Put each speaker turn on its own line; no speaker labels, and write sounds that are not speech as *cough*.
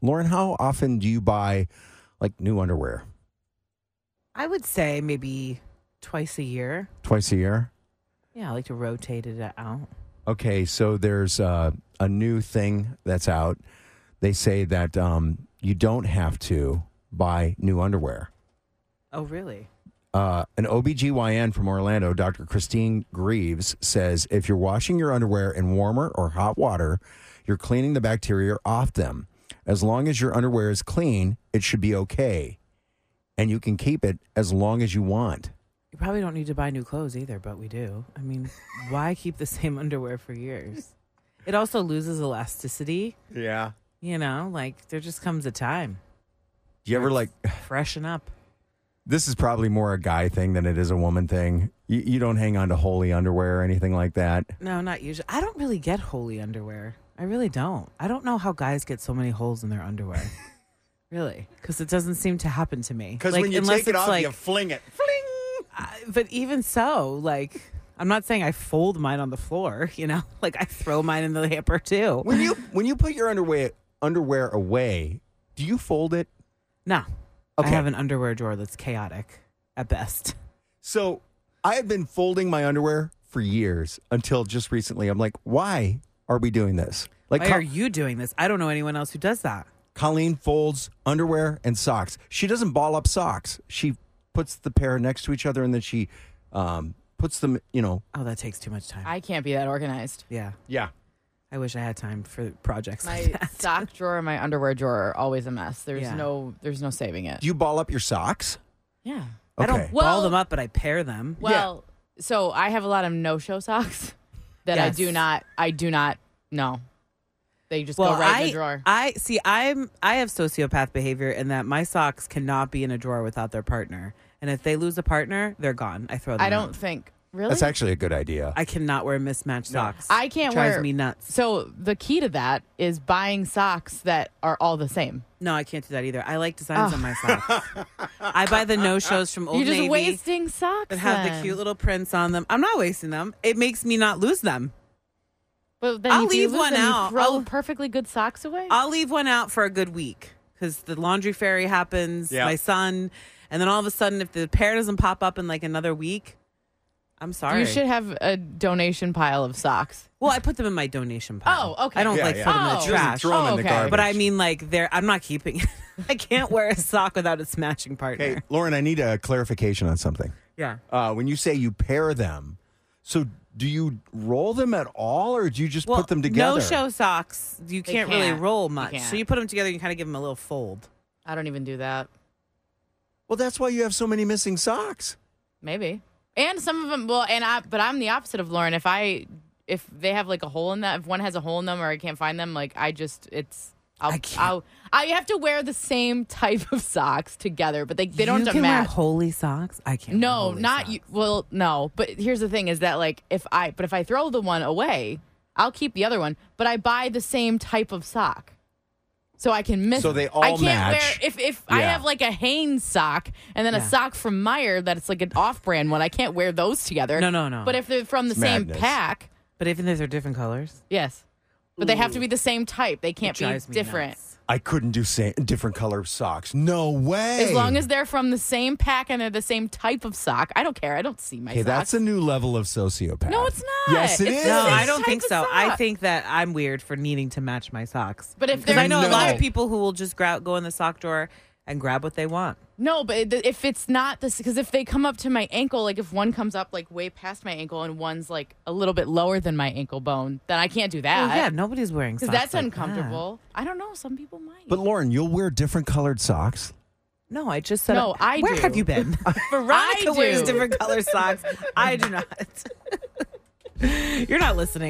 Lauren, how often do you buy like new underwear?
I would say maybe twice a year.
Twice a year?
Yeah, I like to rotate it out.
Okay, so there's uh, a new thing that's out. They say that um, you don't have to buy new underwear.
Oh, really?
Uh, an OBGYN from Orlando, Dr. Christine Greaves, says if you're washing your underwear in warmer or hot water, you're cleaning the bacteria off them. As long as your underwear is clean, it should be okay. And you can keep it as long as you want.
You probably don't need to buy new clothes either, but we do. I *laughs* mean, why keep the same underwear for years? It also loses elasticity.
Yeah.
You know, like there just comes a *sighs* time.
Do you ever like,
Freshen up.
this is probably more a guy thing than it is a woman thing. You, you don't hang on to holy underwear or anything like that.
No, not usually. I don't really get holy underwear. I really don't. I don't know how guys get so many holes in their *laughs* underwear. really, because it doesn't seem to happen to me. Like, unless it's like,
fling it.
I- Uh, but even so, like, I'm not saying I fold mine on the floor. *laughs* You know, like I throw mine in the hamper too.
When you when you put your underwear underwear away, do you fold it?
No,
Okay.
I have an underwear drawer that's chaotic at
*laughs*
best.
So I have been folding my underwear for years until just recently. I'm like, why are we doing this? Like
Why
Co-
are you doing this? I don't know anyone else who does that.
Colleen folds underwear and socks. She doesn't ball up socks. She puts the pair next to each other and then she um, puts them. You know.
Oh, that takes too much time.
I can't be
*laughs*
that organized.
yeah,
Yeah.
I wish I had time for projects
My
like
*laughs*
that.
sock drawer and my underwear drawer are always a mess. There's
Yeah.
no there's no saving it.
Do you ball up your socks?
yeah.
I don't
Okay.
ball
Well-
them up, but I pair them.
Well, so I have a lot of no-show socks *laughs* that I
Yes.
do not I do not no. They just
well,
go right
I,
in the drawer.
I see. I'm I have sociopath behavior in that my socks cannot be in a drawer without their partner, and if they lose a partner, they're gone. I throw them.
I, don't
out.
think really.
That's actually a good idea.
I cannot wear mismatched socks.
I can't
drives
wear
me nuts.
So the key to that is buying socks that are all the same.
No, I can't do that either. I like designs on my socks. I buy the no shows
*laughs*
from Old
You're Oh. just
Navy
wasting socks.
that have the
then.
cute little prints on them. I'm not wasting them. It makes me not lose them.
But then
I'll
if you
leave
lose
one
them, you
out.
throw
I'll-
perfectly good socks away.
I'll leave one out for a good week because the laundry fairy happens,
Yeah.
my son, and then all of a sudden, if the pair doesn't pop up in like another week, I'm sorry.
You should have a donation pile of socks.
Well, I put them in my donation pile.
Oh, okay.
I don't
Yeah,
like
yeah.
put them in
Oh.
the
She doesn't
trash.
throw 'em in the
okay.
garbage.
But I mean, like, they're, I'm not keeping it. *laughs* I can't wear a sock without its matching partner.
Okay, Lauren, I need a clarification on something.
Yeah.
Uh, when you say you pair them, so do you roll them at all, or do you just put them together?
No show socks, you
They
can't, really
can't.
roll
You
much. so
can't.
you put them together and you kind of give them a little fold.
I don't even do that.
Well, that's why you have so many missing socks.
Maybe. And some of them well and I but I'm the opposite of Lauren. If I if they have like a hole in that if one has a hole in them or I can't find them, like I just it's I'll,
I
I
can't-
will i have to wear the same type of socks together, but they, they don't
you
have to
can wear
match.
holy socks. I can't. wear
No,
holy
not
socks.
you. Well, no. But here's the thing: is that like if I, but if I throw the one away, I'll keep the other one. But I buy the same type of sock, so I can miss.
So they all
I can't
match.
wear if if I
Yeah.
have like a Hanes sock and then
Yeah.
a sock from Meyer that's like an off-brand one. I can't wear those together.
No, no, no.
But if they're from the
It's
same
madness.
pack,
But even if they're different colors,
yes. But they have to be the same type. They can't
it
be
drives me
different.
nuts.
I couldn't do sa- different color socks. No way.
As long as they're from the same pack and they're the same type of sock, I don't care. I don't see my.
okay,
socks.
that's a new level of sociopath.
No, it's not.
Yes, it
It's
is.
the
No,
same
I don't think
type
so.
of
I
sock.
think that I'm weird for needing to match my socks.
But if
Because I
they're
know a
no-
lot of people who will just grou- go in the sock drawer and grab what they want.
No, but it- if it's not this, because if they come up to my ankle, like if one comes up like way past my ankle and one's like a little bit lower than my ankle bone, then I can't do that.
Well, yeah, nobody's wearing socks.
because that's
like that.
uncomfortable. I don't know. Some people might.
But Lauren, you'll wear different colored socks.
No, I just said.
No, I
Where
do.
have you
*laughs*
been?
I
Veronica wears
do. *laughs*
different color socks. I do not. *laughs* You're not listening.